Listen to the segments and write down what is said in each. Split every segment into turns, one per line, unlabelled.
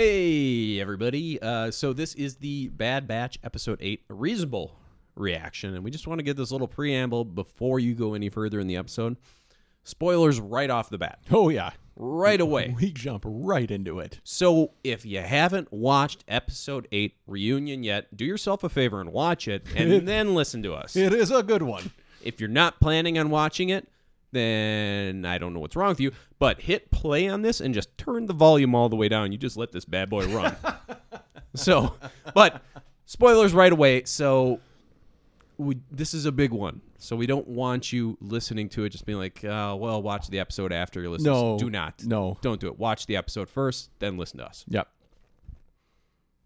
Hey, everybody. Uh, so, this is the Bad Batch Episode 8 a Reasonable Reaction. And we just want to give this little preamble before you go any further in the episode. Spoilers right off the bat,
Oh yeah,
right away.
we jump right into it.
So if you haven't watched episode 8 reunion yet, do yourself a favor and watch it and then listen to us.
It is a good one.
If you're not planning on watching it, then I don't know what's wrong with you, but hit play on this and just turn the volume all the way down. You just let this bad boy run. so, but spoilers right away. So we, this is a big one. So we don't want you listening to it just being like, uh, well, watch the episode after you listen.
No,
do not.
no.
Don't do it. Watch the episode first, then listen to us.
Yep.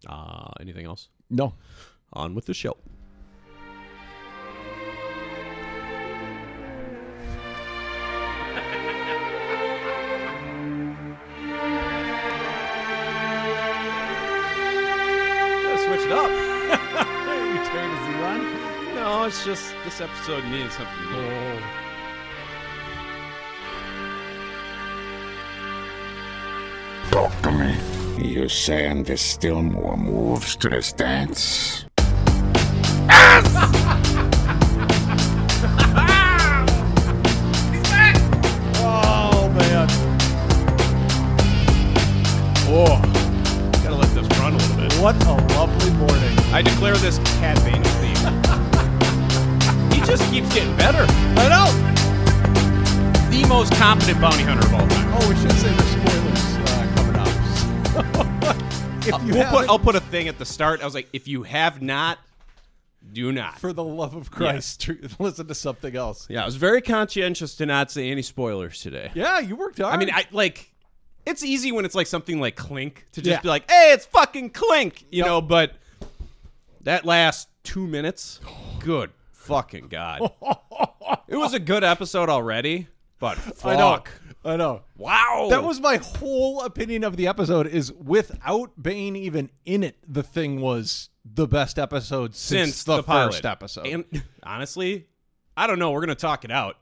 Uh, anything else?
No.
On with the show. Switch it up. No, it's just this episode needed something new.
Talk to me. You're saying there's still more moves to this dance?
Oh man. Oh,
Gotta let this run a little bit.
what a lovely morning.
I declare this Cat Bane theme. he just keeps getting better. I know. The most competent bounty hunter of all time.
Oh, we should say the spoilers uh, coming up. if you
We'll put,
haven't-
I'll put a thing at the start. I was like, if you have not, do not.
for the love of Christ, tr- listen to something else.
yeah, I was very conscientious to not say any spoilers today.
Yeah, you worked hard.
I mean, I like. It's easy when it's like something like Clink to just
Yeah.
be like, "Hey, it's fucking Clink," you know. But that last two minutes, good fucking god, it was a good episode already. But fuck,
I know. I know.
wow,
That was my whole opinion of the episode. Is without Bane even in it, the thing was the best episode since,
since
the,
pilot.
first episode.
And honestly, I don't know. We're gonna talk it out.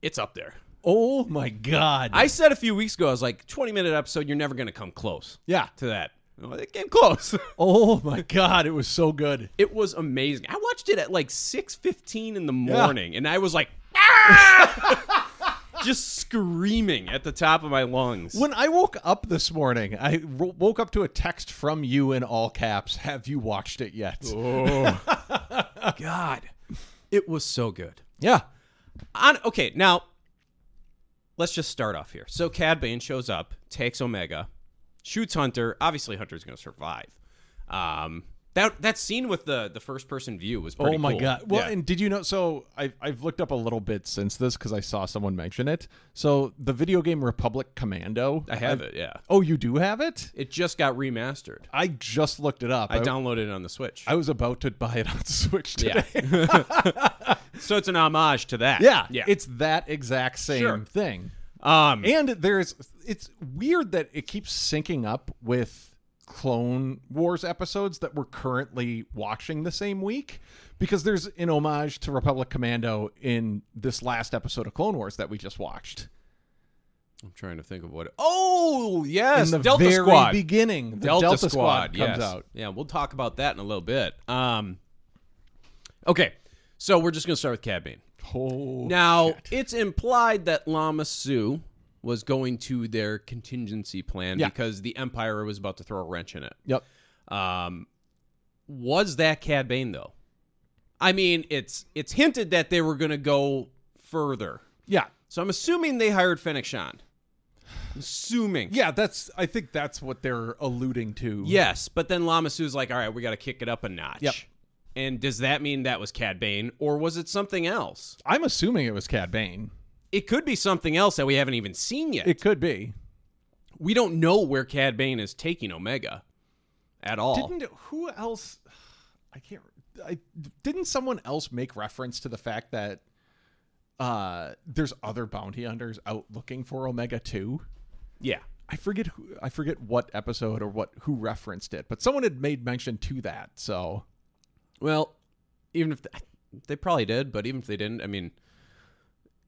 It's up there.
oh my god!
I said a few weeks ago, I was like, "20 minute episode, you're never gonna come close
yeah.
to that." Well, it came close.
Oh my god! It was so good.
It was amazing. I watched it at like 6:15 in the
Yeah.
morning and I was like "Ah!" just screaming at the top of my lungs.
When I woke up this morning, I ro- woke up to a text from you in all caps. Have you watched it yet?
Oh. god. It was so good.
Yeah.
On okay, now let's just start off here. So Cad Bane shows up, takes Omega, shoots Hunter. Obviously Hunter's going to survive. Um that that scene with the the first person view was pretty
oh my
cool.
god. Well,
Yeah.
and did you know? So I've I've looked up a little bit since this because I saw someone mention it. So the video game Republic Commando.
I have it, yeah.
Oh, you do have it?
It just got remastered.
I just looked it up.
I downloaded it on the Switch.
I was about to buy it on Switch today.
Yeah. so it's an homage to that.
Yeah,
Yeah.
it's that exact same
Sure.
thing.
um
And there's it's weird that it keeps syncing up with Clone Wars episodes that we're currently watching the same week because there's an homage to Republic Commando in this last episode of Clone Wars that we just watched.
I'm trying to think of what Oh, yes,
in the
Delta
very
Squad.
beginning, the
Delta, Squad, yes.
comes out.
Yeah, we'll talk about that in a little bit. Um Okay. So we're just going to start with Cad Bane.
Oh,
Now, it's implied that Lama Sue was going to their contingency plan
Yeah.
because the Empire was about to throw a wrench in it.
yep.
Um, was that Cad Bane though? I mean, it's it's hinted that they were going to go further.
Yeah.
So I'm assuming they hired Fennec Shand. I'm assuming.
Yeah, that's I think that's what they're alluding to.
Yes, but then Lama Sue's like, all right, we got to kick it up a notch.
Yep.
And does that mean that was Cad Bane, or was it something else?
I'm assuming it was Cad Bane.
It could be something else that we haven't even seen yet.
It could be.
we don't know where Cad Bane is taking Omega at all.
Didn't who else? I can't. I didn't someone else make reference to the fact that uh there's other bounty hunters out looking for Omega Two.
yeah.
I forget who. I forget what episode or what who referenced it, but someone had made mention to that. So
Well, even if th- they probably did, but even if they didn't, I mean,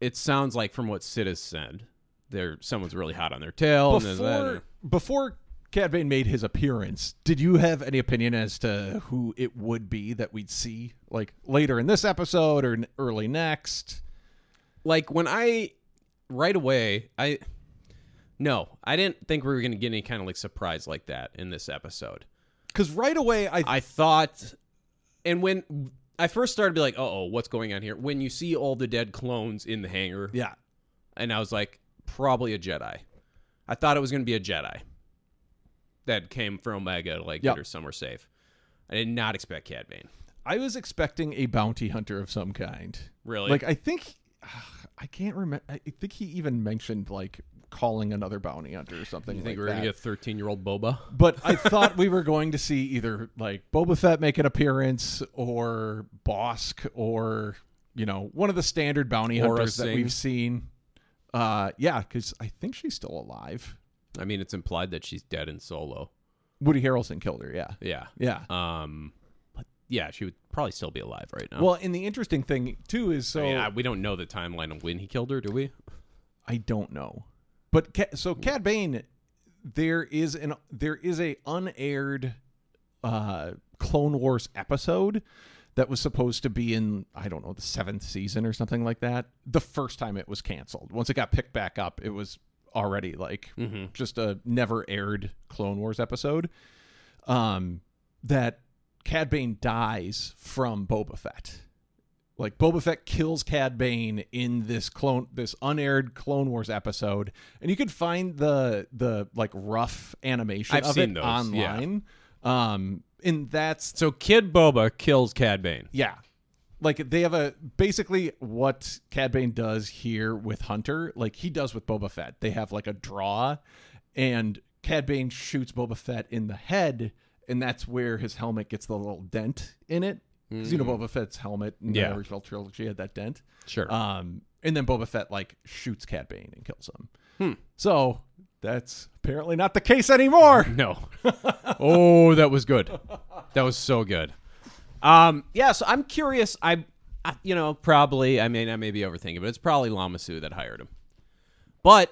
it sounds like from what Sid has said, they're someone's really hot on their tail. and there's Oh, that-
before before Cad Bane made his appearance, did you have any opinion as to who it would be that we'd see like later in this episode or n- early next?
like when I right away, I no, I didn't think we were going to get any kind of like surprise like that in this episode.
Because right away, I,
I thought, and when I first started to be like, "Oh, what's going on here?" When you see all the dead clones in the hangar,
yeah,
and I was like, "Probably a Jedi." I thought it was going to be a Jedi that came from Omega, like
Yep.
get her somewhere safe. I did not expect Cad Bane.
I was expecting a bounty hunter of some kind.
Really,
Like I think I can't remember. I think he even mentioned like calling another bounty hunter or something.
you think
like
we we're going
that.
to get thirteen-year-old Boba?
But I thought we were going to see either like Boba Fett make an appearance or Bosk or you know one of the standard bounty
Aura
hunters that
Singh.
we've seen. Uh, yeah, because I think she's still alive.
I mean, it's implied that she's dead in Solo.
Woody Harrelson killed her. Yeah,
Yeah,
yeah.
Um, but yeah, she would probably still be alive right now.
Well, and the interesting thing too is so
I mean, I- we don't know the timeline of when he killed her, do we?
I don't know. But Ca- so Cad Bane, there is an there is a unaired uh, Clone Wars episode that was supposed to be in I don't know the seventh season or something like that. The first time it was canceled. Once it got picked back up, it was already like
Mm-hmm.
just a never aired Clone Wars episode. Um, that Cad Bane dies from Boba Fett like Boba Fett kills Cad Bane in this clone this unaired Clone Wars episode, and you can find the the like rough animation
I've
of
seen
it
those, yeah.
online. Um, and that's
So Kid Boba kills Cad Bane.
yeah. Like they have a basically what Cad Bane does here with Hunter, like he does with Boba Fett. They have like a draw, and Cad Bane shoots Boba Fett in the head, and that's where his helmet gets the little dent in it. Because you know Boba Fett's helmet in
Mm. Yeah.
the original trilogy had that dent.
Sure.
Um, and then Boba Fett like shoots Cad Bane and kills him.
Hmm.
So that's apparently not the case anymore.
no. oh, that was good. That was so good. Um, yeah. So I'm curious. I, I, you know, probably. I mean, I may be overthinking, but it's probably Lamassu that hired him. But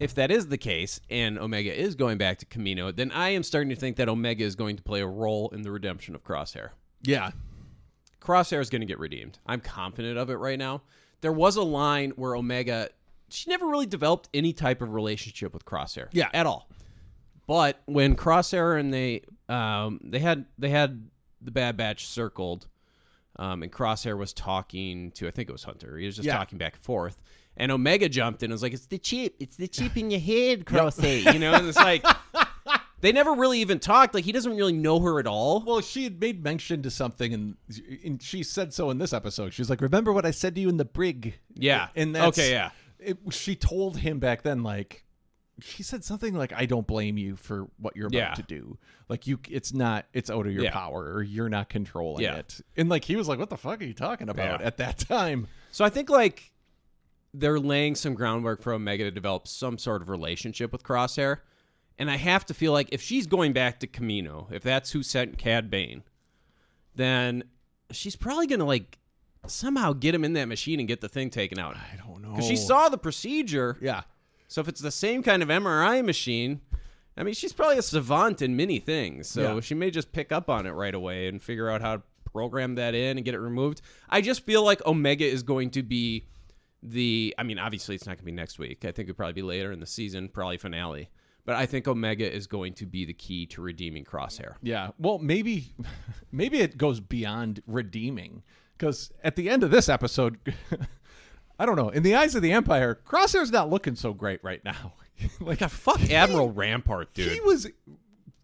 if that is the case, and Omega is going back to Camino, then I am starting to think that Omega is going to play a role in the redemption of Crosshair.
Yeah.
Crosshair is going to get redeemed. I'm confident of it right now. There was a line where Omega, she never really developed any type of relationship with Crosshair,
Yeah.
at all. But when Crosshair and they, um, they had they had the Bad Batch circled, um, and Crosshair was talking to I think it was Hunter. He was just
Yeah.
talking back and forth, and Omega jumped in and was like, "It's the chip, it's the chip in your head, Crosshair," you know. And it's like they never really even talked. Like he doesn't really know her at all.
Well, she had made mention to something, and, and she said so in this episode. She's like, "Remember what I said to you in the brig?"
Yeah.
and that's,
Okay, yeah.
It, she told him back then, like, she said something like, "I don't blame you for what you're about
Yeah.
to do. Like, you, it's not, it's out of your
Yeah.
power, or you're not controlling
Yeah.
it." And like, he was like, "What the fuck are you talking about?"
Yeah.
At that time,
So I think like they're laying some groundwork for Omega to develop some sort of relationship with Crosshair. And I have to feel like if she's going back to Camino, if that's who sent Cad Bane, then she's probably gonna like somehow get him in that machine and get the thing taken out.
I don't know.
Because she saw the procedure.
yeah,
So if it's the same kind of MRI machine, I mean she's probably a savant in many things. So
Yeah.
she may just pick up on it right away and figure out how to program that in and get it removed. I just feel like Omega is going to be the I mean obviously it's not going to be next week. I think it'll probably be later in the season, probably finale. But I think Omega is going to be the key to redeeming Crosshair.
Yeah. Well, maybe maybe it goes beyond redeeming cuz at the end of this episode I don't know. In the eyes of the Empire, Crosshair's not looking so great right now. like
God, fuck Admiral Rampart, dude.
he was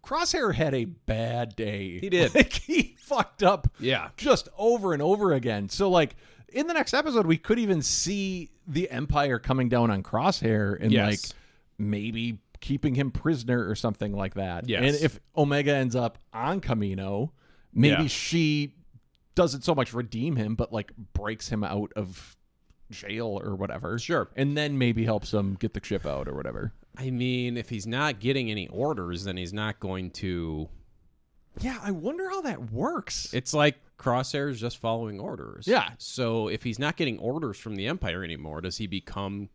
Crosshair had a bad day. He
did.
Like he fucked up.
Yeah.
Just over and over again. So like in the next episode we could even see the Empire coming down on Crosshair and
Yes.
like maybe keeping him prisoner or something like that.
Yes.
And if Omega ends up on Camino, maybe
Yeah.
she doesn't so much redeem him but like breaks him out of jail or whatever.
Sure.
And then maybe helps him get the ship out or whatever.
I mean, if he's not getting any orders, then he's not going to
Yeah, I wonder how that works.
It's like Crosshair is just following orders.
Yeah.
So if he's not getting orders from the Empire anymore, does he become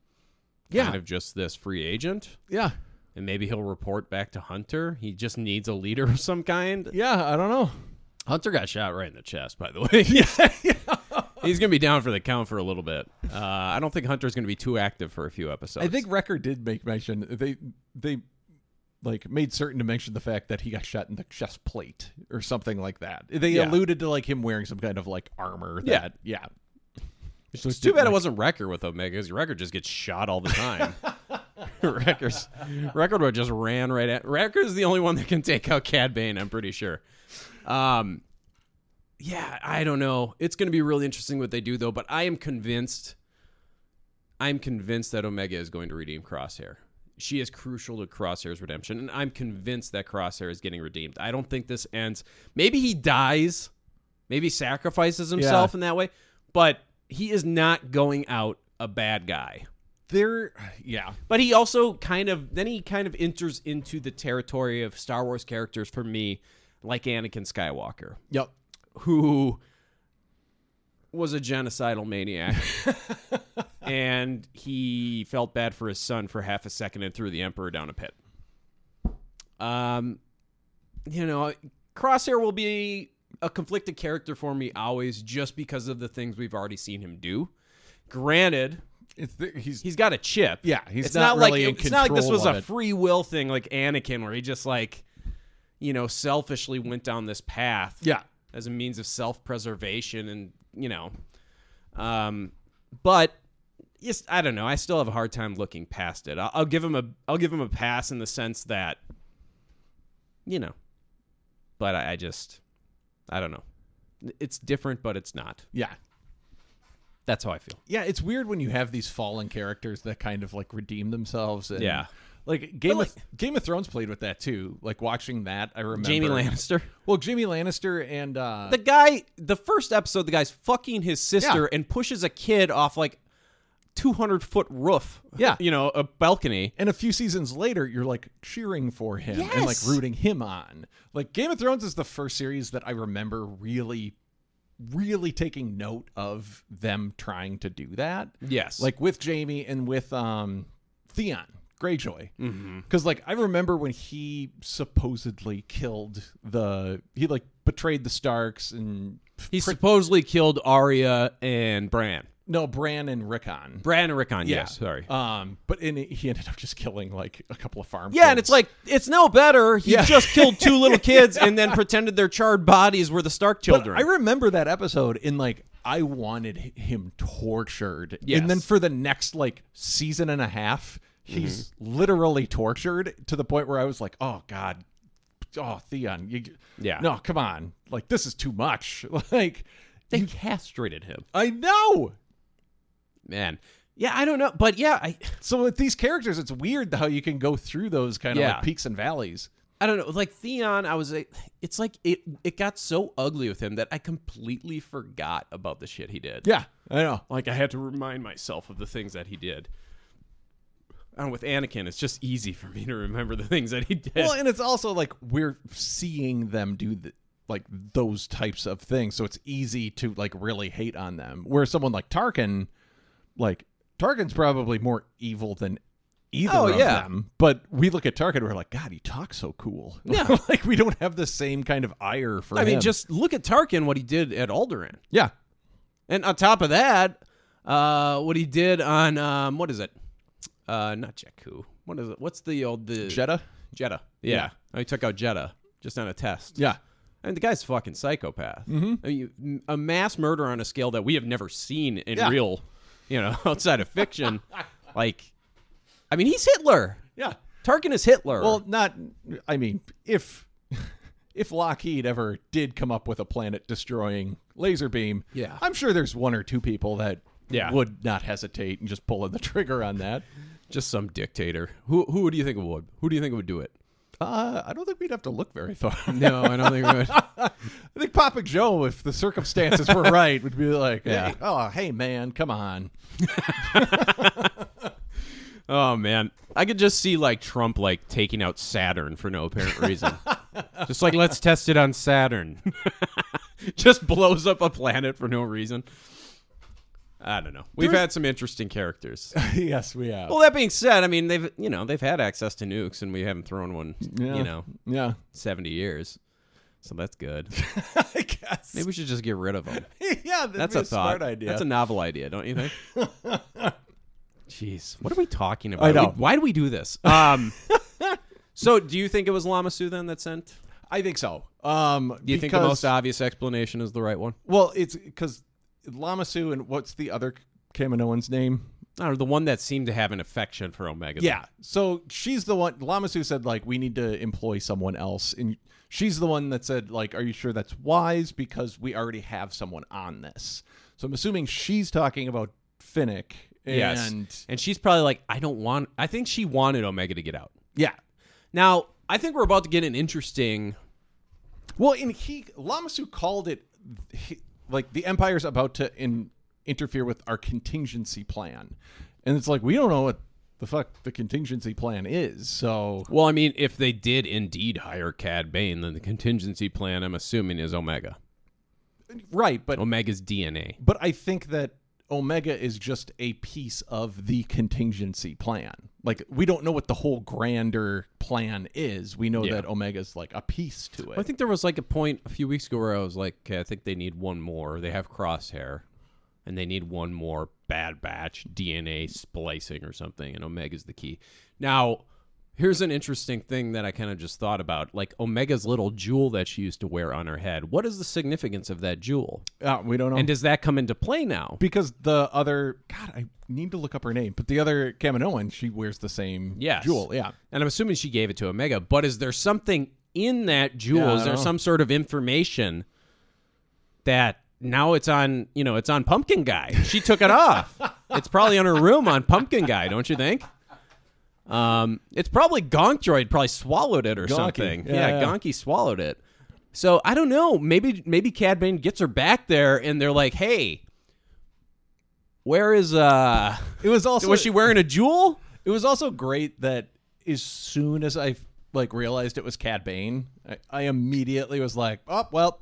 yeah,
kind of just this free agent?
yeah.
and maybe he'll report back to Hunter. He just needs a leader of some kind.
Yeah, I don't know.
Hunter got shot right in the chest, by the way. yeah, He's gonna be down for the count for a little bit. Uh, I don't think Hunter's gonna be too active for a few episodes.
I think Record did make mention they they like made certain to mention the fact that he got shot in the chest plate or something like that. They
Yeah.
alluded to like him wearing some kind of like armor.
Yeah.
That, yeah,
It's too bad it wasn't Wrecker with Omega because Wrecker just gets shot all the time. Wrecker's Record Road just ran right at Wrecker's the only one that can take out Cad Bane, I'm pretty sure. Um Yeah, I don't know. It's gonna be really interesting what they do though, but I am convinced I'm convinced that Omega is going to redeem Crosshair. She is crucial to Crosshair's redemption, and I'm convinced that Crosshair is getting redeemed. I don't think this ends. Maybe he dies, maybe sacrifices himself in that way, but he is not going out a bad guy.
there. Yeah,
But he also kind of then he kind of enters into the territory of Star Wars characters for me, like Anakin Skywalker,
yep.
who was a genocidal maniac. and he felt bad for his son for half a second and threw the emperor down a pit. Um you know, Crosshair will be a conflicted character for me always just because of the things we've already seen him do. Granted,
It's the, he's,
he's got a chip.
yeah. He's
it's
not,
not,
really
like
in
it's not like this
control
was
of
a
it.
free will thing like Anakin where he just like you know selfishly went down this path
yeah.
as a means of self-preservation and you know um but yes I don't know I still have a hard time looking past it I'll, I'll give him a I'll give him a pass in the sense that you know but I, I just I don't know it's different but it's not
Yeah.
that's how I feel
Yeah, it's weird when you have these fallen characters that kind of like redeem themselves. And,
Yeah.
like Game
But,
of Game of Thrones played with that too. Like watching that, I remember
Jamie Lannister
Well, Jamie Lannister and uh,
the guy the first episode the guy's fucking his sister and pushes a kid off like 200 foot roof
Yeah.
you know a balcony
and a few seasons later, you're like cheering for him and like
Yes.
rooting him on. Like Game of Thrones is the first series that I remember really, really taking note of them trying to do that.
yes like
like with Jamie and with um Theon Greyjoy. Because
Mm-hmm.
like I remember when he supposedly killed the he like betrayed the Starks and
he supposedly killed Arya and Bran
no Bran and Rickon.
Bran and Rickon
Yeah.
yes sorry
Um, but in it, he ended up just killing like a couple of farm.
yeah and it's like it's no better he
Yeah.
just killed two little kids and then pretended their charred bodies were the Stark children
I remember that episode in like I wanted h- him tortured,
Yes.
and then for the next like season and a half, he's literally tortured to the point where I was like, "Oh God, oh Theon, you,
Yeah.
no, come on, like this is too much." Like
they castrated him
I know.
man yeah I don't know but yeah I
So with these characters, it's weird how you can go through those kind of
Yeah.
like peaks and valleys.
I don't know, like Theon, I was like, it's like it it got so ugly with him that I completely forgot about the shit he did.
Yeah, I know.
Like I had to remind myself of the things that he did. And with Anakin, it's just easy for me to remember the things that he did.
Well, and it's also like we're seeing them do the, like those types of things, so it's easy to like really hate on them. Where someone like Tarkin, like Tarkin's probably more evil than either
Oh,
of
yeah.
them. But we look at Tarkin, we're like, God, he talks so cool.
Yeah.
like we don't have the same kind of ire for
I
him.
mean, just look at Tarkin, what he did at Alderaan,
yeah,
and on top of that, uh, what he did on um, what is it? Uh, not Jakku. What is it? What's the old the
Jeddah.
Jeddah.
Yeah.
Yeah, Oh, he took out Jeddah just on a test.
Yeah, Mm-hmm.
I mean, the guy's a fucking psychopath. I mean, you- a mass murder on a scale that we have never seen in
Yeah.
real, you know, outside of fiction. like, I mean, he's Hitler.
yeah.
Tarkin is Hitler.
Well, not. I mean, if if Lockheed ever did come up with a planet destroying laser beam,
Yeah.
I'm sure there's one or two people that
Yeah.
would not hesitate and just pulling the trigger on that.
just some dictator. Who who do you think would? Who do you think would do it?
Uh, I don't think we'd have to look very far.
No, I don't think it would.
I think Papa Joe, if the circumstances were right, would be like, hey, "Oh, hey man, come on."
Oh man, I could just see like Trump like taking out Saturn for no apparent reason. just like let's test it on Saturn. just blows up a planet for no reason. I don't know. We've had some interesting characters.
yes, we have.
well, that being said, I mean they've you know they've had access to nukes and we haven't thrown one
yeah.
you know
Yeah.
seventy years, so that's good.
I guess.
Maybe we should just get rid of them.
yeah, that'd
That's
be
a,
a,
thought.
smart idea.
That's a novel idea, don't you think? Jeez, what are we talking about?
I know.
We- why do we do this? Um, so, do you think it was Lamassu then that sent?
I think so. Um,
Do you think the
because-
most obvious explanation is the right one?
Well, it's because Lamasu and what's the other Kaminoan's name?
Or the one that seemed to have an affection for Omega?
Yeah. So she's the one. Lamasu said like we need to employ someone else, and she's the one that said like, "Are you sure that's wise? Because we already have someone on this." So I'm assuming she's talking about Finnick. And
Yes. And she's probably like, I don't want. I think she wanted Omega to get out.
yeah.
Now, I think we're about to get an interesting.
Well, and he Lamasu called it he, like the Empire's about to in, interfere with our contingency plan, and it's like we don't know what the fuck the contingency plan is. So
Well, I mean, if they did indeed hire Cad Bane, then the contingency plan, I'm assuming, is Omega.
right, but
Omega's DNA.
but I think that Omega is just a piece of the contingency plan. Like we don't know what the whole grander plan is. We know
Yeah.
that Omega's like a piece to it.
I think there was like a point a few weeks ago where I was like, okay, I think they need one more. They have crosshair, and they need one more bad batch DNA splicing or something, and Omega's the key. Now, here's an interesting thing that I kind of just thought about. Like Omega's little jewel that she used to wear on her head. What is the significance of that jewel?
Uh, we don't know.
And does that come into play now?
because the other God, I need to look up her name, but the other Kaminoan, she wears the same
Yes.
jewel. Yeah.
And I'm assuming she gave it to Omega, but is there something in that jewel?
Yeah, I
is there
don't know.
some sort of information that now it's on, you know, it's on Pumpkin Guy. She took it off. It's probably on her room on Pumpkin Guy, don't you think? Um, it's probably Gonk Droid probably swallowed it or
Gonky.
something.
Yeah,
Yeah,
yeah.
Gonky swallowed it. So I don't know. Maybe maybe Cad Bane gets her back there and they're like, "Hey, where is uh
It was also
was she wearing a jewel?"
it was also great that as soon as I like realized it was Cad Bane, I, I immediately was like, Oh well,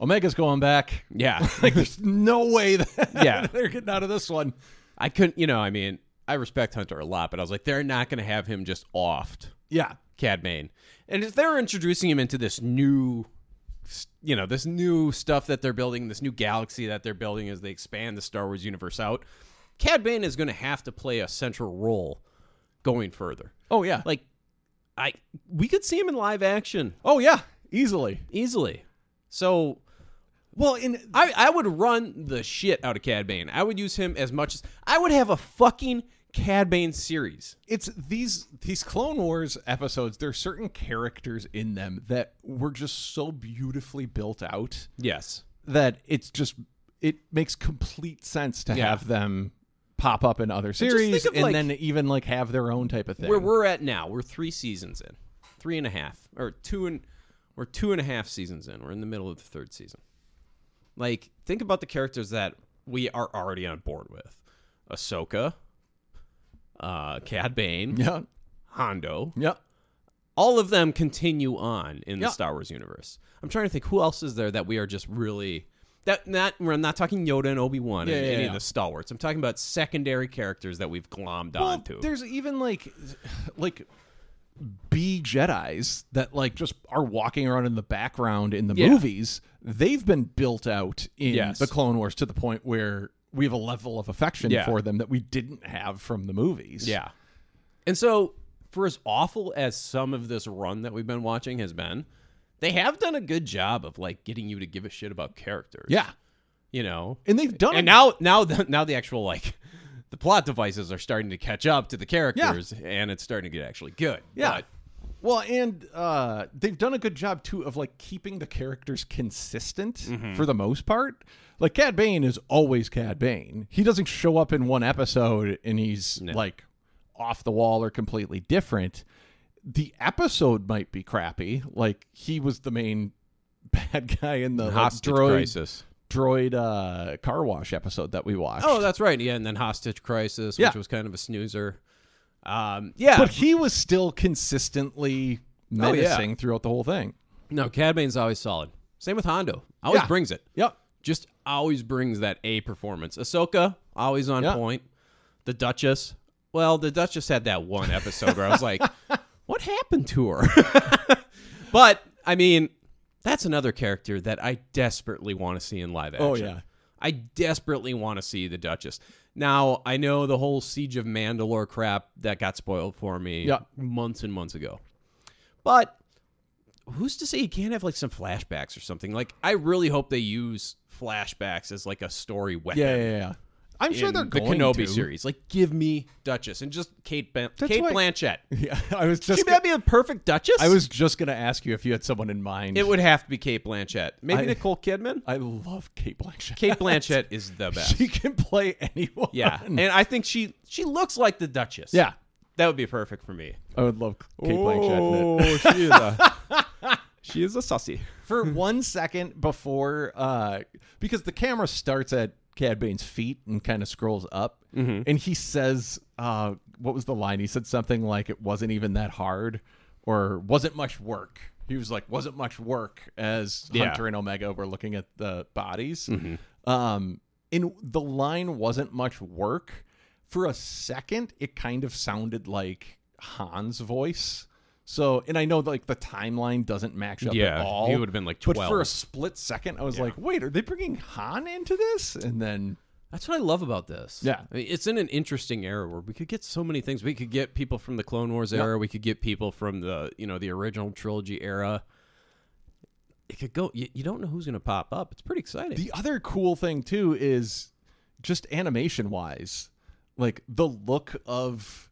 Omega's going back.
Yeah.
Like there's no way that
Yeah.
they're getting out of this one.
I couldn't, you know, I mean, I respect Hunter a lot, but I was like, they're not going to have him just offed
Yeah.
Cad Bane. And if they're introducing him into this new, you know, this new stuff that they're building, this new galaxy that they're building as they expand the Star Wars universe out, Cad Bane is going to have to play a central role going further.
Oh yeah.
Like, I we could see him in live action
oh yeah. Easily.
easily. So
Well, in
I, I would run the shit out of Cad Bane. I would use him as much as I would have a fucking Cad Bane series.
it's these these Clone Wars episodes. There are certain characters in them that were just so beautifully built out
Yes.
that it's just it makes complete sense to
Yeah.
have them pop up in other series
of,
and
like-
then even like have their own type of thing.
Where we're at now, we're three seasons in, three and a half, or two and we're two and a half seasons in. We're in the middle of the third season. Like, think about the characters that we are already on board with: Ahsoka, uh, Cad Bane,
yeah,
Hondo.
yeah.
All of them continue on in the
Yeah.
Star Wars universe. I'm trying to think who else is there that we are just really that not. I'm not talking Yoda and Obi Wan
Yeah,
and
yeah,
any of
yeah.
the stalwarts. I'm talking about secondary characters that we've glommed
Well,
onto.
there's even like like B Jedi's that like just are walking around in the background in the
Yeah.
movies. They've been built out in
Yes.
the Clone Wars to the point where we have a level of affection
Yeah.
for them that we didn't have from the movies.
Yeah. And so, for as awful as some of this run that we've been watching has been, they have done a good job of like getting you to give a shit about characters.
Yeah.
You know.
And they've done
And
it.
now now the, now the actual like the plot devices are starting to catch up to the characters and it's starting to get actually good.
Yeah.
But-
well, and uh, they've done a good job too of like keeping the characters consistent
Mm-hmm.
for the most part. Like Cad Bane is always Cad Bane. He doesn't show up in one episode and he's like off the wall or completely different. The episode might be crappy. Like he was the main bad guy in the like,
hostage
droid,
crisis.
droid uh, car wash episode that we watched.
Oh, that's right. Yeah, and then hostage crisis,
Yeah.
which was kind of a snoozer. Um, yeah,
but he was still consistently
Oh, yeah.
menacing throughout the whole thing.
no, Cad Bane's always solid. Same with Hondo. Always
Yeah.
brings it.
Yep.
just always brings that A performance. Ahsoka, always on
Yeah.
point. The Duchess. Well, the Duchess had that one episode where I was like, what happened to her? but I mean, that's another character that I desperately want to see in live action.
Oh, yeah.
I desperately want to see the Duchess. Now, I know the whole Siege of Mandalore crap that got spoiled for me
Yeah.
months and months ago. But who's to say you can't have like some flashbacks or something? Like I really hope they use flashbacks as like a story weapon.
Yeah, yeah, yeah. I'm sure
in
they're
the
going
Kenobi
to.
series. Like, give me Duchess and just Kate ben-
That's
Kate
why-
Blanchett.
Yeah, I was just.
She might be the perfect Duchess.
I was just gonna ask you if you had someone in mind.
It would have to be Kate Blanchett. Maybe
I-
Nicole Kidman.
I love Kate Blanchett.
Kate Blanchett is the best.
she can play anyone.
yeah, and I think she she looks like the Duchess.
yeah.
that would be perfect for me.
I would love Kate Blanchett. In it.
Oh, she is a she is a sussy.
for one second before uh because the camera starts at Cad Bane's feet and kind of scrolls up and he says uh what was the line he said something like it wasn't even that hard or wasn't much work he was like wasn't much work as
Yeah.
Hunter and Omega were looking at the bodies um and the line wasn't much work for a second it kind of sounded like Han's voice so and I know like the timeline doesn't match up
Yeah,
at all
he would've been, like,
but for
12.
a split second, I was like, wait, are they bringing Han into this? And then,
That's what I love about this.
Yeah.
I mean, it's in an interesting era where we could get so many things. We could get people from the Clone Wars era. We could get people from the you know the original trilogy era. It could go. You, you don't know who's going to pop up. It's pretty exciting.
the other cool thing, too, is just animation wise, like the look of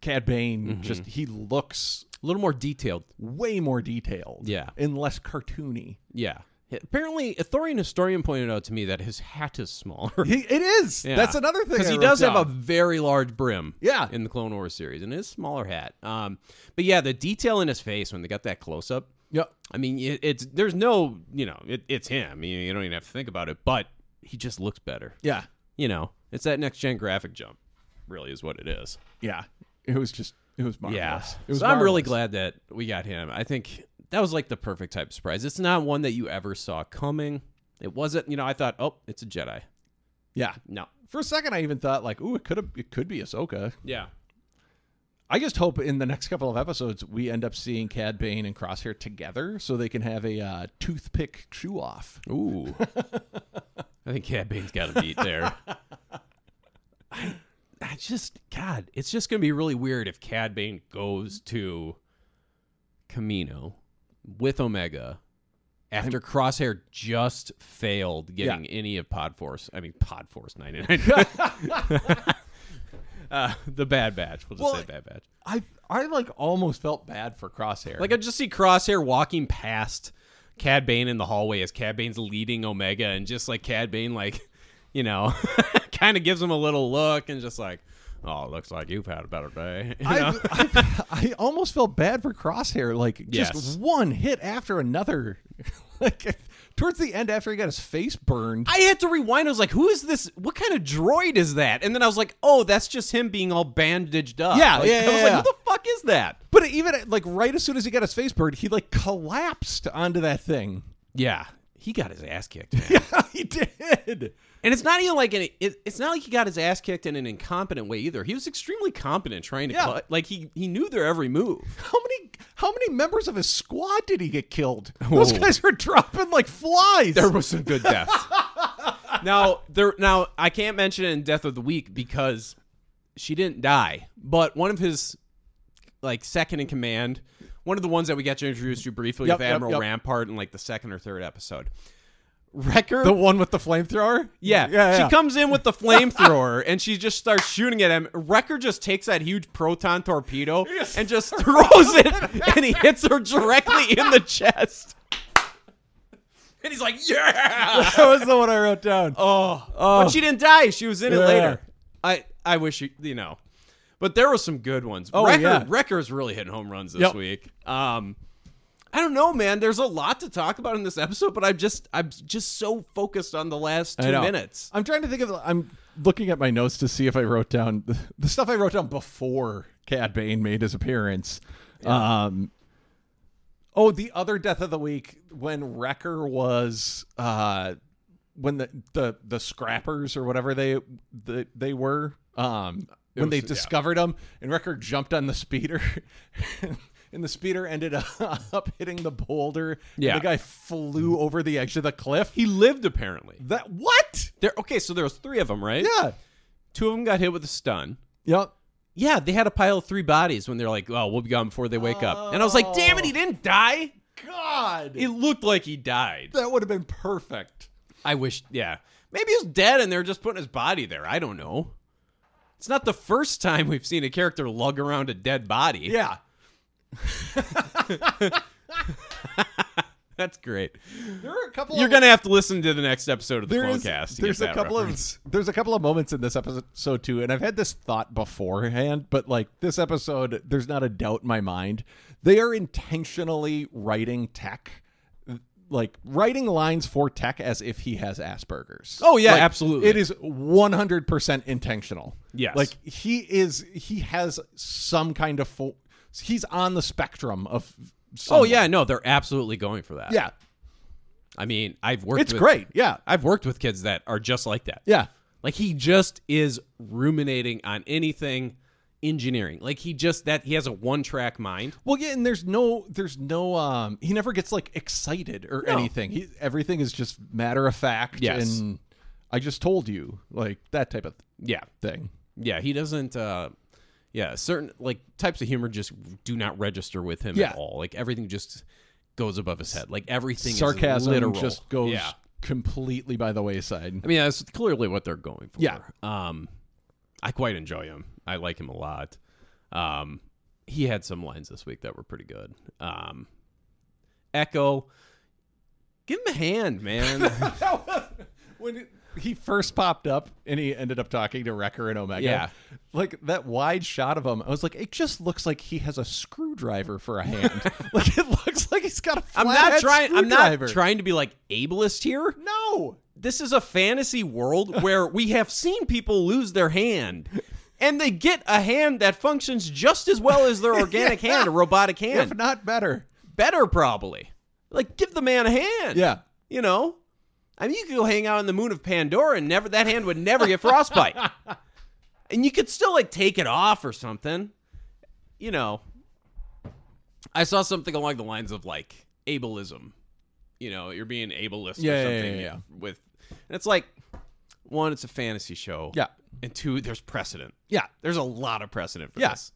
Cad Bane,
Mm-hmm.
just he looks
a little more detailed.
way more detailed.
Yeah.
And less cartoony.
Yeah. Apparently, a Thorian historian pointed out to me that his hat is smaller.
He, it is. That's another thing.
Because
I
he
wrote
does have a
down.
very large brim.
Yeah.
In the Clone Wars series, and his smaller hat. Um, but yeah, the detail in his face when they got that close up.
Yep.
I mean, it, it's there's no you know it, it's him. You, you don't even have to think about it. But he just looks better.
Yeah.
You know, it's that next gen graphic jump. Really is what it is.
Yeah. It was just, it was marvelous. It was
so I'm really
marvelous.
glad that we got him. I think that was like the perfect type of surprise. It's not one that you ever saw coming. It wasn't. You know, I thought, oh, it's a Jedi.
Yeah.
No.
For a second, I even thought, like, ooh, it could have, it could be Ahsoka.
Yeah.
I just hope in the next couple of episodes we end up seeing Cad Bane and Crosshair together, so they can have a uh, toothpick chew off.
Ooh. I think Cad Bane's got a beat there. I, I just, God, it's just going to be really weird if Cad Bane goes to Camino with Omega after Crosshair just failed getting any of Pod Force. I mean, Pod Force 99. uh, the Bad Batch. We'll just
Well,
say Bad Batch.
I I like almost felt bad for Crosshair.
Like I just see Crosshair walking past Cad Bane in the hallway as Cad Bane's leading Omega, and just like Cad Bane, like you know, kind of gives him a little look and just like, oh, looks like you've had a better day. You know?
I've, I've, I almost felt bad for Crosshair. Like just
Yes.
one hit after another. like towards the end, after he got his face burned.
I had to rewind. I was like, who is this? What kind of droid is that? And then I was like, oh, that's just him being all bandaged up.
Yeah,
Like,
yeah,
I was
yeah,
like,
yeah.
who the fuck is that?
but even like right as soon as he got his face burned, he like collapsed onto that thing.
Yeah, he got his ass kicked. man.
Yeah, he did.
And it's not even like an, it, it's not like he got his ass kicked in an incompetent way either. He was extremely competent trying to
Yeah.
cut. Like he he knew their every move.
How many how many members of his squad did he get killed? Those
Whoa.
guys were dropping like flies.
There was some good deaths. now there now I can't mention it in Death of the Week because she didn't die. But one of his like second in command, one of the ones that we got to introduce you briefly
Yep,
with
yep,
Admiral
yep.
Rampart in like the second or third episode. Wrecker
the one with the flamethrower?
yeah.
yeah,
She
yeah.
comes in with the flamethrower and she just starts shooting at him. Wrecker just takes that huge proton torpedo and just throws it and he hits her directly in the chest. And he's like, yeah.
that was the one I wrote down.
Oh, but she didn't die. She was in it
Yeah.
later. I I wish you you know, but there were some good ones.
Oh,
Wrecker,
yeah.
Wrecker's really hitting home runs this
Yep.
week. Um, I don't know, man. There's a lot to talk about in this episode, but I'm just I'm just so focused on the last
I
two
know.
minutes.
I'm trying to think of I'm looking at my notes to see if I wrote down the, the stuff I wrote down before Cad Bane made his appearance. Um Oh, the other death of the week when Wrecker was uh when the the the scrappers or whatever they the, they were um when they
was- yeah.
discovered them and Wrecker jumped on the speeder and the speeder ended up hitting the boulder and
Yeah.
the guy flew over the edge of the cliff
He lived apparently.
that what
There. Okay, so there was three of them, right?
yeah
Two of them got hit with a stun.
yep
Yeah, they had a pile of three bodies when they're like, "Oh, we'll be gone before they wake up." And I was like, "Damn it, he didn't die.
god
It looked like he died."
that would have been perfect
I wish. Yeah, maybe he's dead, and they're just putting his body there. I don't know. It's not the first time we've seen a character lug around a dead body.
yeah
that's great.
there are a couple
You're
of
gonna have to listen to the next episode of the
There is-
Clonecast. to
There's
get
a
that
couple
reference.
of there's a couple of moments in this episode too, and I've had this thought beforehand, but like this episode, there's not a doubt in my mind. They are intentionally writing tech, like writing lines for tech as if he has Asperger's.
Oh, yeah,
Like,
absolutely.
It is 100 percent intentional.
Yes.
like he is he has some kind of fo- he's on the spectrum of.
Oh
somewhat.
yeah, no, they're absolutely going for that.
yeah,
I mean, I've worked.
it's
with,
great. Yeah,
I've worked with kids that are just like that.
yeah.
Like he just is ruminating on anything engineering. Like he just that he has a one track mind.
Well, yeah, and there's no, there's no, um, he never gets like excited or anything. He, everything is just matter of fact.
Yes.
And I just told you, like that type of
Yeah.
thing.
Yeah, he doesn't uh yeah, certain like types of humor just do not register with him
Yeah.
at all. Like everything just goes above his head. Like everything
Sarcasm
is literal.
just goes
Yeah.
completely by the wayside.
I mean, that's clearly what they're going for.
Yeah.
Um, I quite enjoy him. I like him a lot. Um, he had some lines this week that were pretty good. Um, Echo, give him a hand, man.
when it- he first popped up and he ended up talking to Wrecker and Omega,
Yeah.
like that wide shot of him, I was like, it just looks like he has a screwdriver for a hand. like it looks like he's got a
I'm
flathead
not trying. I'm not
screwdriver.
trying to be like ableist here.
No.
This is a fantasy world where we have seen people lose their hand. And they get a hand that functions just as well as their organic hand, a robotic hand.
If not better.
better probably. Like give the man a hand.
Yeah.
You know? I mean you could go hang out on the moon of Pandora and never that hand would never get frostbite. and you could still like take it off or something. You know. I saw something along the lines of like ableism. You know, you're being ableist
Yeah,
or
yeah,
something
yeah, yeah.
with and it's like one, it's a fantasy show.
Yeah.
And two, there's precedent.
Yeah.
There's a lot of precedent for
Yeah.
this.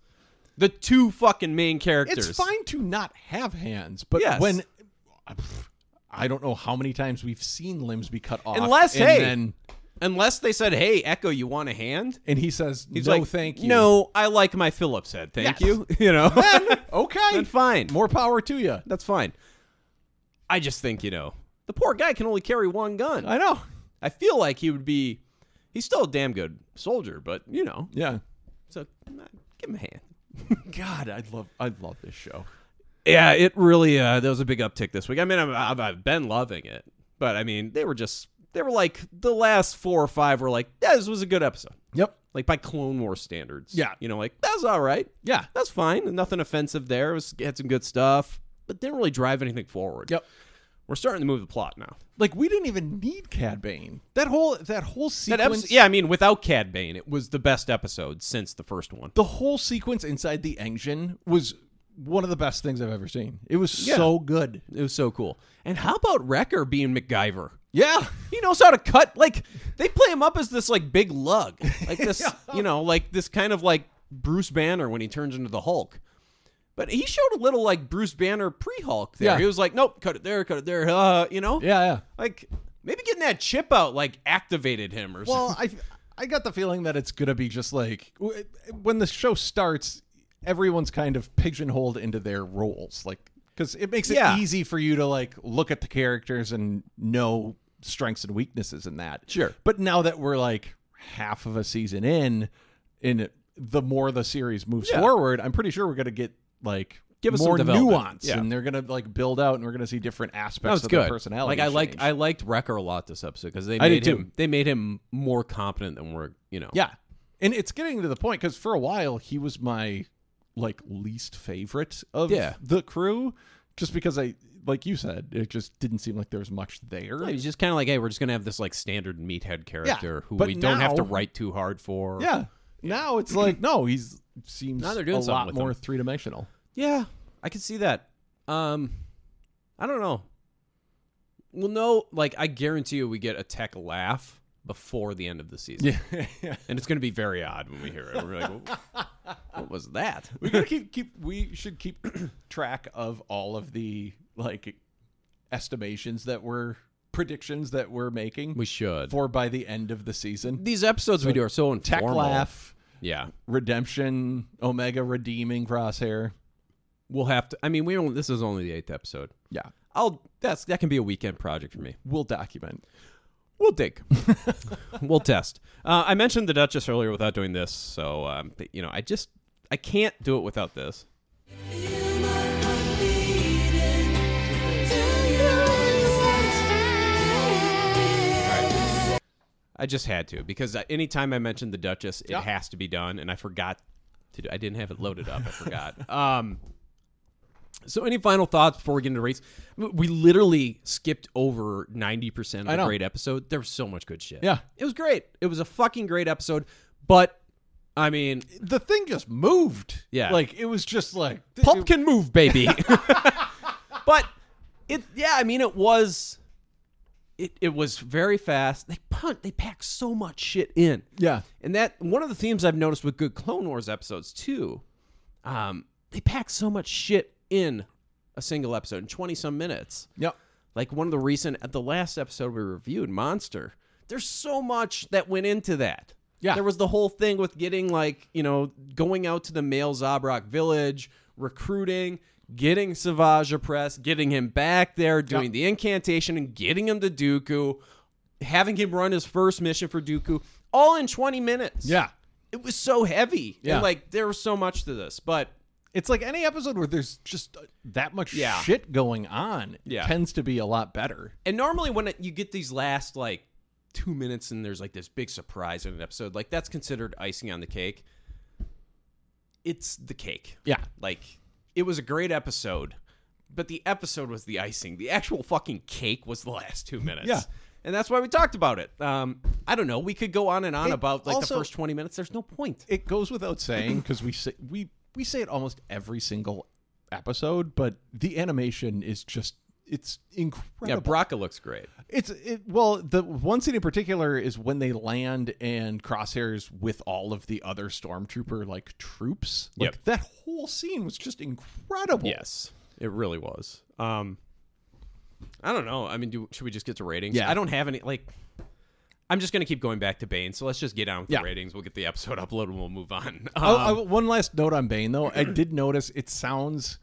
The two fucking main characters.
It's fine to not have hands, but
Yes.
when I don't know how many times we've seen limbs be cut off.
Unless,
and
hey-
then,
Unless they said, "Hey, Echo, you want a hand?"
and he says,
He's
"No,
like,
thank you."
No, I like my Phillips head. Thank
Yes.
you. You know,
Then, okay,
Then fine.
More power to you.
That's fine. I just think you know the poor guy can only carry one gun. I,
I know.
feel like he would be. He's still a damn good soldier, but you know,
Yeah.
so uh, give him a hand.
God, I love, I love this show.
Yeah, it really uh, there was a big uptick this week. I mean, I've, I've, I've been loving it, but I mean, they were just they were like the last four or five were like, yeah, this was a good episode,
Yep.
like by Clone War standards.
Yeah.
you know, like that's all right.
Yeah.
that's fine. Nothing offensive there. It was, had some good stuff, but didn't really drive anything forward.
Yep.
We're starting to move the plot now.
Like we didn't even need Cad Bane. That whole, that whole
That
sequence.
episode, yeah, I mean, without Cad Bane, it was the best episode since the first one.
The whole sequence inside the engine was one of the best things I've ever seen. It was so good.
It was so cool. And how about Wrecker being MacGyver?
Yeah.
He knows how to cut. Like they play him up as this like big lug, like this, you know, like this kind of like Bruce Banner when he turns into the Hulk. But he showed a little like Bruce Banner pre-Hulk there.
Yeah.
He was like, nope, cut it there, cut it there, uh, you know.
Yeah. Yeah.
Like maybe getting that chip out like activated him or something.
Well, I I got the feeling that it's gonna be just like w- when the show starts, everyone's kind of pigeonholed into their roles, like because it makes it
Yeah.
easy for you to like look at the characters and know strengths and weaknesses in that.
Sure.
But now that we're like half of a season in, in the more the series moves
Yeah.
forward, I'm pretty sure we're gonna get like.
Give us some
more
development.
nuance,
Yeah.
and they're gonna like build out, and we're gonna see different aspects
that was
of
good.
their
like
personality.
I like
change.
I liked Wrecker a lot this episode because they
I
made
did
him they made him more competent than we're you know.
Yeah. And it's getting to the point because for a while he was my like least favorite of
Yeah.
the crew just because I, like you said, it just didn't seem like there was much there.
He's just kind of like, hey, we're just gonna have this like standard meathead character who
but
we don't have to
now-
write too hard for.
Yeah. Now it's like no, he's seems
Now they're doing
a
something
lot
with
more
him.
three dimensional.
Yeah, I could see that. Um, I don't know. Well, no, like I guarantee you, we get a tech laugh before the end of the season,
yeah.
and it's going to be very odd when we hear it. We're like, "What- what was that?
We gotta keep keep. We should keep track of all of the like estimations that we're predictions that we're making
We should.
for by the end of the season.
These episodes we do are so
Tech
informal.
laugh,
Yeah,
redemption, Omega redeeming crosshair.
we'll have to. I mean, we don't. This is only the eighth episode.
Yeah,
I'll. That's that can be a weekend project for me.
we'll document.
We'll dig. we'll test. Uh, I mentioned the Duchess earlier without doing this, so um, but, you know, I just I can't do it without this. I just had to because uh, anytime I mentioned the Duchess, it
Yeah.
has to be done, and I forgot to. Do, I didn't have it loaded up. I forgot. Um, so, any final thoughts before we get into rates? We literally skipped over ninety percent
I
of the
know.
great episode. There was so much good shit.
Yeah.
it was great. It was a fucking great episode. But I mean,
The thing just moved.
Yeah.
like it was just like
pulp can move, baby. but it, yeah, I mean, it was. It, it was very fast. They punt. They pack so much shit in.
Yeah,
And that one of the themes I've noticed with good Clone Wars episodes too, um, they pack so much shit in a single episode in twenty some minutes.
yep.
Like one of the recent at the last episode we reviewed, Monster. There's so much that went into that.
Yeah.
There was the whole thing with getting like, you know, going out to the male Zabrak village, recruiting, getting Savage Press, getting him back there, doing
Yeah.
the incantation and getting him to Dooku, having him run his first mission for Dooku, all in 20 minutes.
Yeah,
It was so heavy.
Yeah.
And like there was so much to this, but
it's like any episode where there's just uh, that much
Yeah.
shit going on it
Yeah.
tends to be a lot better.
And normally, when it, you get these last like two minutes and there's like this big surprise in an episode, like that's considered icing on the cake. It's the cake.
Yeah.
Like it was a great episode, but the episode was the icing. The actual fucking cake was the last two minutes.
Yeah.
And that's why we talked about it. Um, I don't know. We could go on and on
It
about like
also-
the first twenty minutes. There's no point.
It goes without saying because we say we we say it almost every single episode, but the animation is just it's incredible.
Yeah, Braca looks great.
It's it well, the one scene in particular is when they land and crosshairs with all of the other stormtrooper like troops. Like
Yep.
that whole scene was just incredible.
Yes, it really was. Um, I don't know. I mean, do, should we just get to ratings?
Yeah.
I don't have any. Like, I'm just gonna keep going back to Bane. So let's just get on with
Yeah.
the ratings. We'll get the episode uploaded. and We'll move on. Um,
Oh, I- one last note on Bane though. I did notice it sounds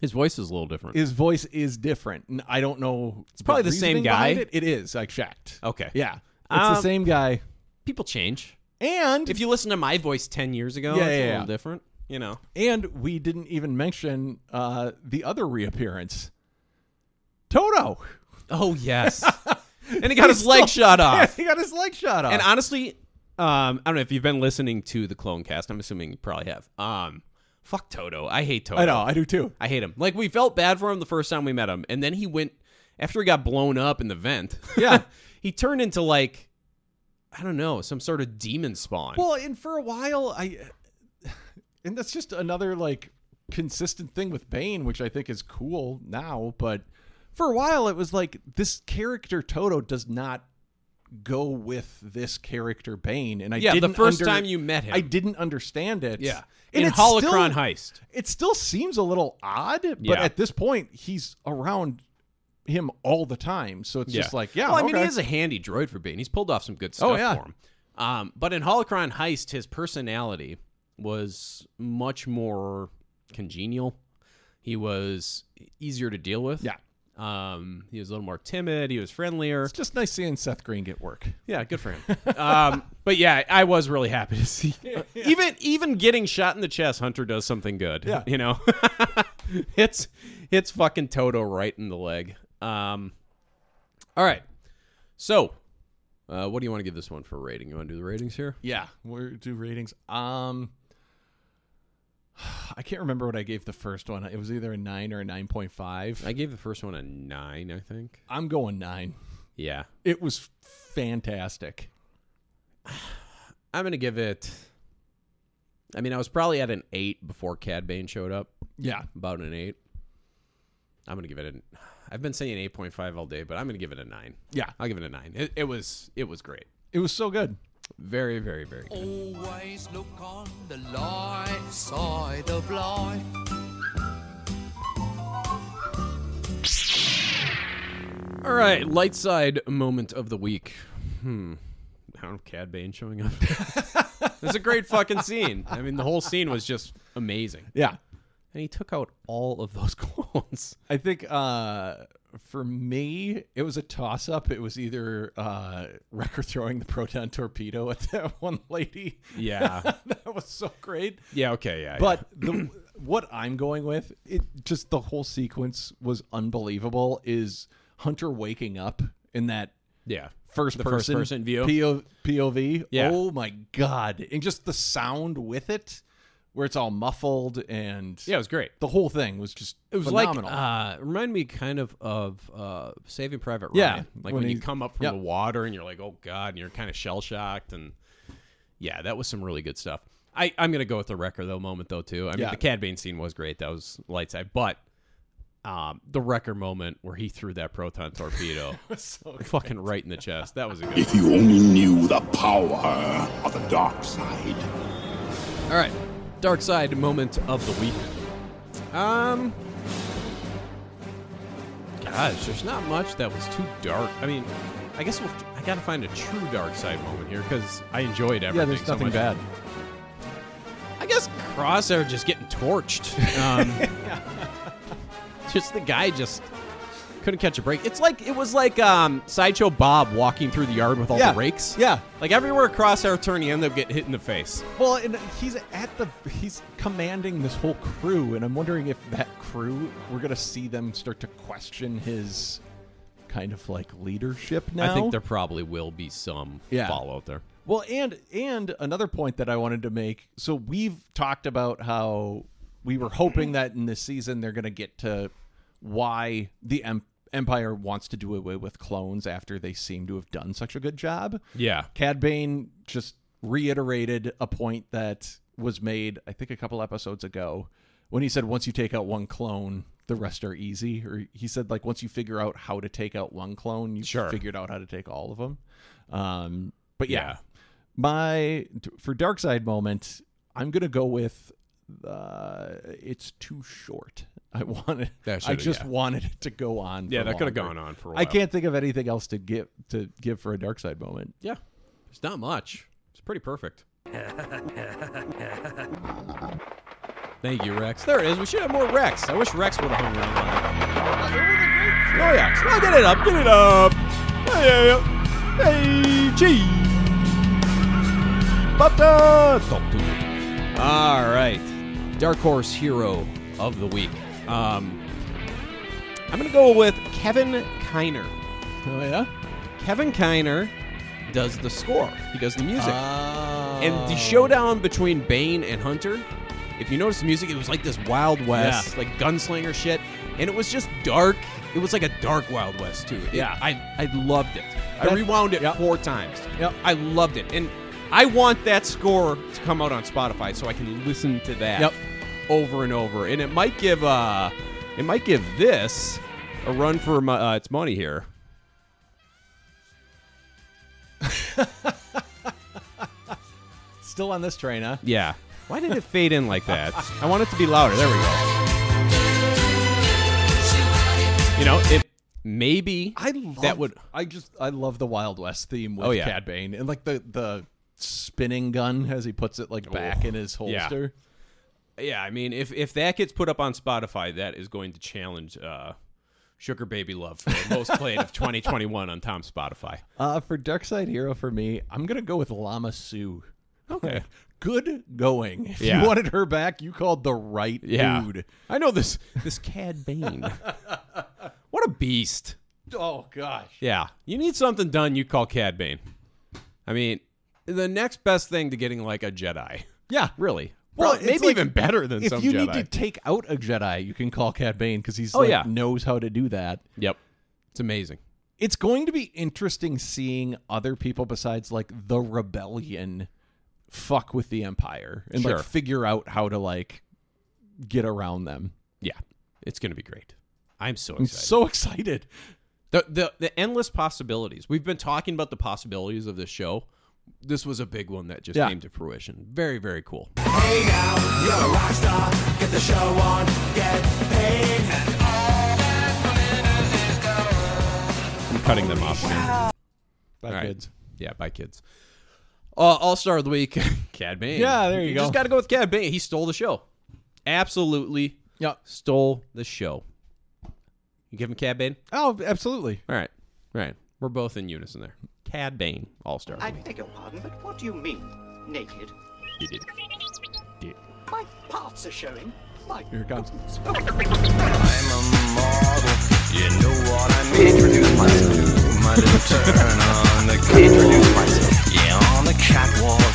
his voice is a little different.
his voice is different, and I don't know. It's
probably the same guy.
It. it is. I checked.
Okay.
Yeah, it's
Um,
the same guy.
People change.
And
If you listen to my voice ten years ago,
Yeah,
it's a
yeah,
little
yeah.
different. You know.
and we didn't even mention uh, the other reappearance, Toto.
Oh yes. and he got his
He's
leg
still-
shot off.
Yeah, he got his leg shot off.
And honestly, um, I don't know if you've been listening to the Clone Cast. I'm assuming you probably have. Um, fuck Toto. I hate Toto.
I know, I do too.
I hate him. Like we felt bad for him the first time we met him, and then he went after he got blown up in the vent.
Yeah.
he turned into like I don't know some sort of demon spawn.
Well, and for a while, I, and that's just another like consistent thing with Bane, which I think is cool now. But for a while, it was like this character Toto does not go with this character Bane, and I
yeah, the
didn't
first
under-
time you met him.
I didn't understand it.
yeah,
and
in
it's still-
Holocron Heist.
it still seems a little odd, but
Yeah.
at this point, he's around him all the time, so it's just like, yeah,
Well, I mean, he
okay.
is a handy droid for Bane. He's pulled off some good stuff
Oh, yeah.
for him. Um, but in Holocron Heist, his personality was much more congenial. He was easier to deal with.
yeah.
Um, he was a little more timid. He was friendlier.
It's just nice seeing Seth Green get work.
Yeah, good for him. um, but yeah, I was really happy to see. Even even getting shot in the chest, Hunter does something good.
Yeah.
you know, it's it's fucking Toto right in the leg. Um, all right, so uh, what do you want to give this one for rating? You want to do the ratings here?
Yeah, we do ratings. Um, I can't remember what I gave the first one. It was either a nine or a nine point five.
I gave the first one a nine, I think.
I'm going nine.
Yeah.
It was fantastic.
I'm going to give it. I mean, I was probably at an eight before Cad Bane showed up,
Yeah,
about an eight. I'm going to give it an. I've been saying 8.5 all day, but I'm going to give it a nine.
yeah.
I'll give it a nine. It, it was it was great.
It was so good.
Very, very, very good.
Always look on the light side of life.
All right, light side moment of the week. Hmm. I don't know, Cad Bane showing up. It's a great fucking scene. I mean, the whole scene was just amazing.
Yeah.
And he took out all of those clones.
I think uh, for me, it was a toss up. It was either uh, Wrecker throwing the proton torpedo at that one lady.
Yeah.
that was so great.
yeah, okay, yeah.
But the, what I'm going with, it just the whole sequence was unbelievable. Is Hunter waking up in that
yeah.
first,
The first
person,
person view.
PO, POV?
Yeah.
Oh my god! And just the sound with it, where it's all muffled and
Yeah, it was great.
the whole thing was just
It was
phenomenal.
like uh remind me kind of of uh Saving Private Ryan.
Yeah,
Like when,
when
you
he-
come up from
yep.
the water and you're like, "Oh god," and you're kind of shell shocked and yeah, that was some really good stuff. I I'm going to go with the wrecker though moment though too. I mean,
Yeah.
the Cad Bane scene was great. That was lights out, but um the wrecker moment where he threw that proton torpedo
So
fucking right in the chest. That was a good
If you only knew the power of the dark side.
All right, dark side moment of the week. Um, gosh, there's not much that was too dark. I mean, I guess we'll, I gotta find a true dark side moment here because I enjoyed everything.
yeah, there's
so
nothing
much.
bad.
I guess Crosshair just getting torched. Um, just the guy just couldn't catch a break. It's like it was like um, sideshow Bob walking through the yard with all
yeah,
the rakes.
Yeah.
Like everywhere Crosshair turned, he ended up getting hit in the face.
Well, and he's at the he's commanding this whole crew, and I'm wondering if that crew we're gonna see them start to question his kind of like leadership now.
I think there probably will be some
Yeah.
fallout there.
Well, and and another point that I wanted to make. So we've talked about how we were hoping that in this season they're going to get to why the em- empire wants to do away with clones after they seem to have done such a good job.
Yeah.
Cad Bane just reiterated a point that was made, I think, a couple episodes ago when he said, once you take out one clone, the rest are easy. Or he said, like, once you figure out how to take out one clone, you
Sure.
figured out how to take all of them. Um, but yeah,
Yeah.
my for dark side moment, I'm gonna go with uh, it's too short. I wanted,
That
I
should've-
just
yeah.
wanted it to go on.
Yeah,
for
that could have
longer.
gone on for a while.
I can't think of anything else to give to give for a dark side moment.
Yeah. It's not much. It's pretty perfect. Thank you, Rex. There it is. We should have more Rex. I wish Rex would have hung around longer. Oh, yeah. Well, get it up. Get it up. Oh, Hey, hey, hey. cheese. Butter. Talk to me. All right. Dark Horse Hero of the Week. Um, I'm going to go with Kevin Kiner.
Oh yeah,
Kevin Kiner does the score. He does the music. and
Oh.
the showdown between Bane and Hunter, if you notice the music, it was like this Wild West,
Yeah.
like gunslinger shit. And it was just dark. It was like a dark Wild West, too. It-
Yeah.
I, I loved it. I
That-
rewound it
yep.
four times.
Yep.
I loved it. And I want that score to come out on Spotify so I can listen to that
Yep.
over and over. And it might give uh, it might give this a run for my, uh, its money here.
Still on this train, huh?
Yeah. Why did it fade in like that? I want it to be louder. There we go. You know, it maybe
I love,
that would
I just I love the Wild West theme with
Oh, yeah.
Cad Bane and like the the spinning gun as he puts it like back in his holster.
Yeah, I mean if if that gets put up on Spotify, that is going to challenge uh Sugar Baby Love for the most played of 2021 on Tom's Spotify.
Uh, for Dark Side Hero for me, I'm gonna go with Lama Sue.
Okay.
Good going. If
Yeah.
you wanted her back, you called the right
Yeah.
dude.
I know this this Cad Bane. what a beast.
Oh gosh.
Yeah. You need something done, you call Cad Bane. I mean, the next best thing to getting like a Jedi.
Yeah.
Really. Well,
it's
maybe
like,
even better than
if
some
you
Jedi.
need to take out a Jedi, you can call Cad Bane because he's
Oh,
like,
yeah.
knows how to do that.
yep, it's amazing.
It's going to be interesting seeing other people besides like the rebellion fuck with the Empire and
Sure.
like figure out how to like get around them.
Yeah, it's gonna be great. I'm so
I'm
excited.
so excited.
the, the the endless possibilities. We've been talking about the possibilities of this show. This was a big one that just
Yeah.
came to fruition. Very very cool.
Hey now, you're a rock star. Get the show on, get paid.
I'm cutting them off. Now.
Bye,
All right.
kids.
Yeah, bye kids. Uh, All Star of the Week, Cad Bane.
Yeah, there you go.
Just got to go with Cad Bane. He stole the show. Absolutely
Yeah.
stole the show. You give him Cad Bane?
Oh, absolutely.
All right. All right. We're both in unison there. Cad Bane, All Star.
I beg your pardon, but what do you mean, naked? My parts are showing. My
Here it comes.
Introduce myself. My little turn on the catwalk. Introduce myself. Yeah, on the catwalk.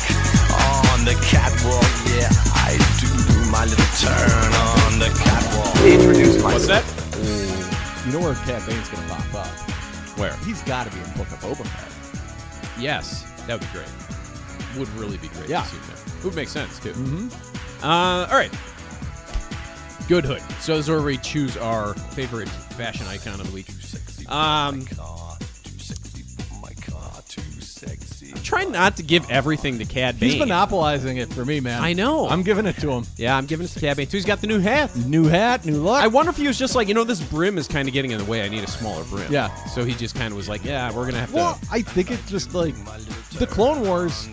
On the catwalk. Yeah, I do do my little turn on the catwalk. Introduce myself.
You know where Cad Bane's going to pop up?
Where?
He's got to be in Book of Boba Fett.
Yes, that would be great. Would really be great.
Yeah.
to see him there. would make sense too. Mm-hmm. Uh, all right. Good hood. So this is where we choose our favorite fashion icon of the week. Um,
Car, too sexy. My car, too sexy.
try not to give everything to Cad Bane.
He's monopolizing it for me, man.
I know.
I'm giving it to him.
yeah, I'm giving it to Cad Bane too. He's got the new hat.
New hat, new look.
I wonder if he was just like, you know, this brim is kind of getting in the way. I need a smaller brim.
Yeah.
So he just kind of was like, yeah, we're gonna have
Well,
to.
I think it's just like the Clone Wars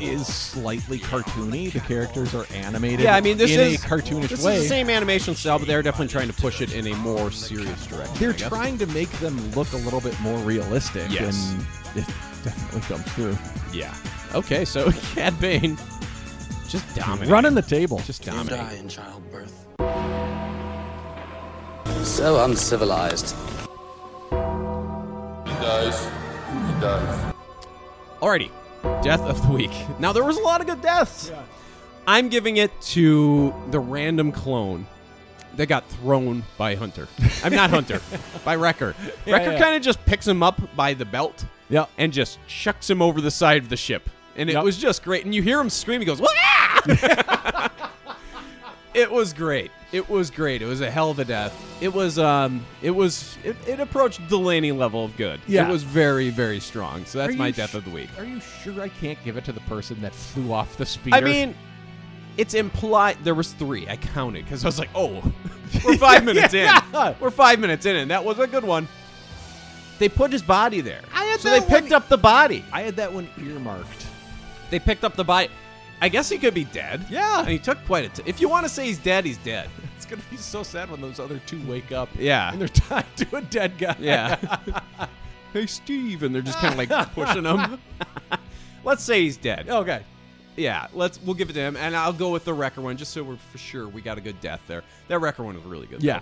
is slightly cartoony. The characters are animated.
Yeah, I mean, this
in
is
a cartoonish
This
way.
is the same animation style, but they're definitely trying to push it in a more serious direction.
They're
I guess.
trying to make them look a little bit more realistic,
Yes.
and it definitely comes through.
Yeah. Okay, so Cad Bane just dominating.
Running the table.
Just dominating.
die in childbirth. So uncivilized.
Alrighty. Death of the week. Now there was a lot of good deaths. I'm giving it to the random clone that got thrown by Hunter. I'm not Hunter, by Wrecker. Wrecker
yeah.
kind of just picks him up by the belt
Yeah.
and just chucks him over the side of the ship. And it
Yep.
was just great. And you hear him scream, he goes, "Wah!" It was great. It was great. It was a hell of a death. It was um it was it, it approached Delaney level of good.
Yeah.
It was very, very strong. So that's
Are
my
you
death
sh-
of the week.
Are you sure I can't give it to the person that flew off the speeder?
I mean, it's implied there was three. I counted because I was like, oh, we're five minutes in.
Yeah.
We're five minutes in, and that was a good one. They put his body there,
I had
so they
that
picked
one-
up the body.
I had that one earmarked.
They picked up the body. I guess he could be dead.
Yeah.
and he took quite a. T- if you want to say he's dead, he's dead.
It's gonna be so sad when those other two wake up.
Yeah.
and they're tied to a dead guy.
Yeah. hey, Steve, and they're just kind of like pushing him. Let's say he's dead.
Okay.
Yeah, let's we'll give it to him, and I'll go with the wrecker one just so we're for sure we got a good death there. That wrecker one was really good.
Yeah.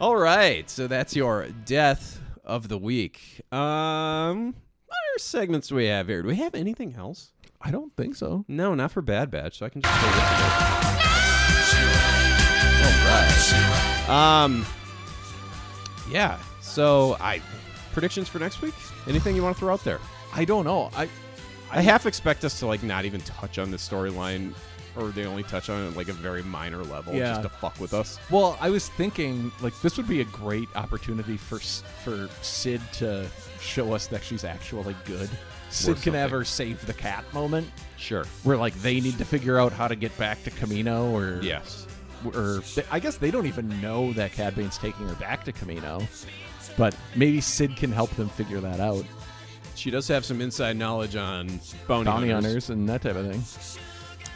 All right, so that's your death of the week. Um, what other segments do we have here? Do we have anything else?
I don't think so.
No, not for Bad Batch. So I can just go with it. All right. Um, yeah. So I predictions for next week. Anything you want to throw out there?
I don't know. I
I half expect us to like not even touch on this storyline, or they only touch on it like a very minor level,
Yeah.
just to fuck with us.
well, I was thinking like this would be a great opportunity for S- for Sid to show us that she's actually good. Sid can
something.
have her save the cat moment
Sure.
where like they need to figure out how to get back to Camino or
Yes.
or th- I guess they don't even know that Cad Bane's taking her back to Camino. But maybe Sid can help them figure that out.
She does have some inside knowledge on bounty,
Bounty
hunters.
hunters and that type of thing.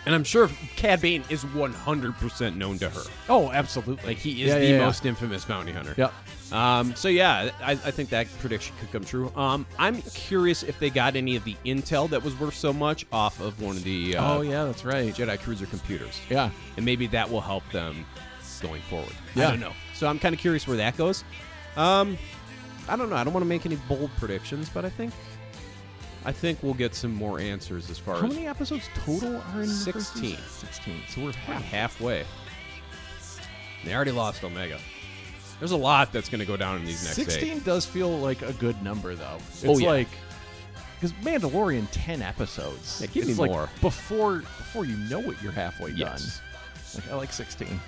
and I'm sure Cad Bane is 100% known to her.
Oh, absolutely.
Like he is
Yeah,
the
yeah, yeah.
most infamous bounty hunter.
Yep.
Um, so yeah, I, I think that prediction could come true. Um, I'm curious if they got any of the intel that was worth so much off of one of the uh,
oh yeah, that's right.
Jedi Cruiser computers.
Yeah.
and maybe that will help them going forward.
Yeah.
I don't know. So I'm kind of curious where that goes. Um, I don't know. I don't want to make any bold predictions, but I think I think we'll get some more answers as far
How
as
many episodes total are in the first
16.
season? Sixteen. So we're half.
halfway. They already lost Omega. There's a lot that's going to go down in these next
Sixteen
eight.
does feel like a good number, though. It's
Oh, yeah.
like because Mandalorian ten episodes.
Yeah, give
it's
me
like
more.
before before you know it, you're halfway
Yes.
done. Like, I like sixteen.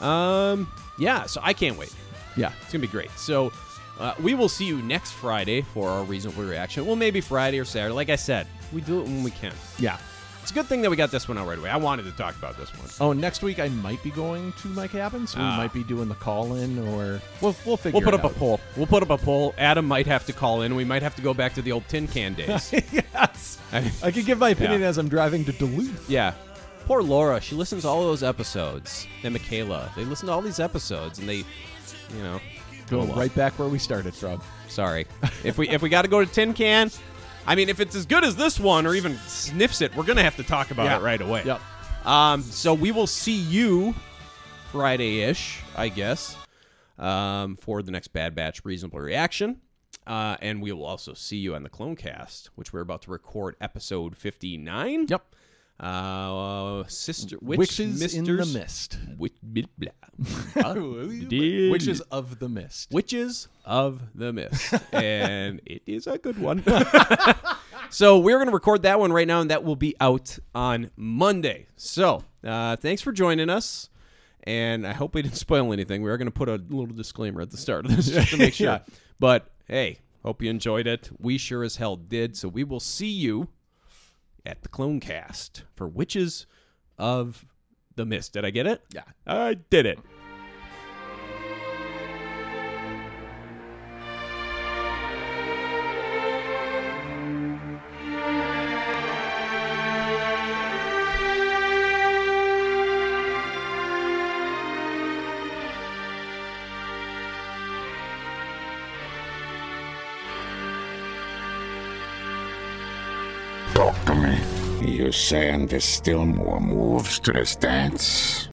Um, yeah, so I can't wait.
Yeah,
It's going to be great. So uh, we will see you next Friday for our reasonable reaction. Well, maybe Friday or Saturday. Like I said, we do it when we can.
yeah.
It's a good thing that we got this one out right away. I wanted to talk about this one.
Oh, next week I might be going to my cabin, so we
Ah.
might be doing the call in, or we'll we'll figure.
We'll put
it
up a
out.
poll. We'll put up a poll. Adam might have to call in. We might have to go back to the old tin can days.
yes, I could give my opinion
Yeah.
as I'm driving to Duluth.
Yeah. Poor Laura, she listens to all those episodes. And Michaela, they listen to all these episodes and they, you know,
Go
oh well.
right back where we started from.
Sorry. if we if we got to go to tin can, I mean, if it's as good as this one or even sniffs it, we're gonna have to talk about
Yeah.
it right away.
Yep.
Um. So we will see you Friday ish, I guess, um, for the next Bad Batch reasonable reaction. Uh, and we will also see you on the Clonecast, which we're about to record episode 59.
Yep.
Uh, sister witch,
Witches in the
misters-
mist.
Witch, blah, blah. Uh,
Witches of the mist.
Witches of the Mist. and it is a good one. so we're going to record that one right now, and that will be out on Monday. So uh, thanks for joining us. And I hope we didn't spoil anything. We are going to put a little disclaimer at the start of this just to make sure.
Yeah.
But hey, hope you enjoyed it. We sure as hell did. So we will see you at the Clone Cast for Witches of the Mist. Did I get it?
Yeah.
I did it.
Talk to me. You're saying there's still more moves to this dance?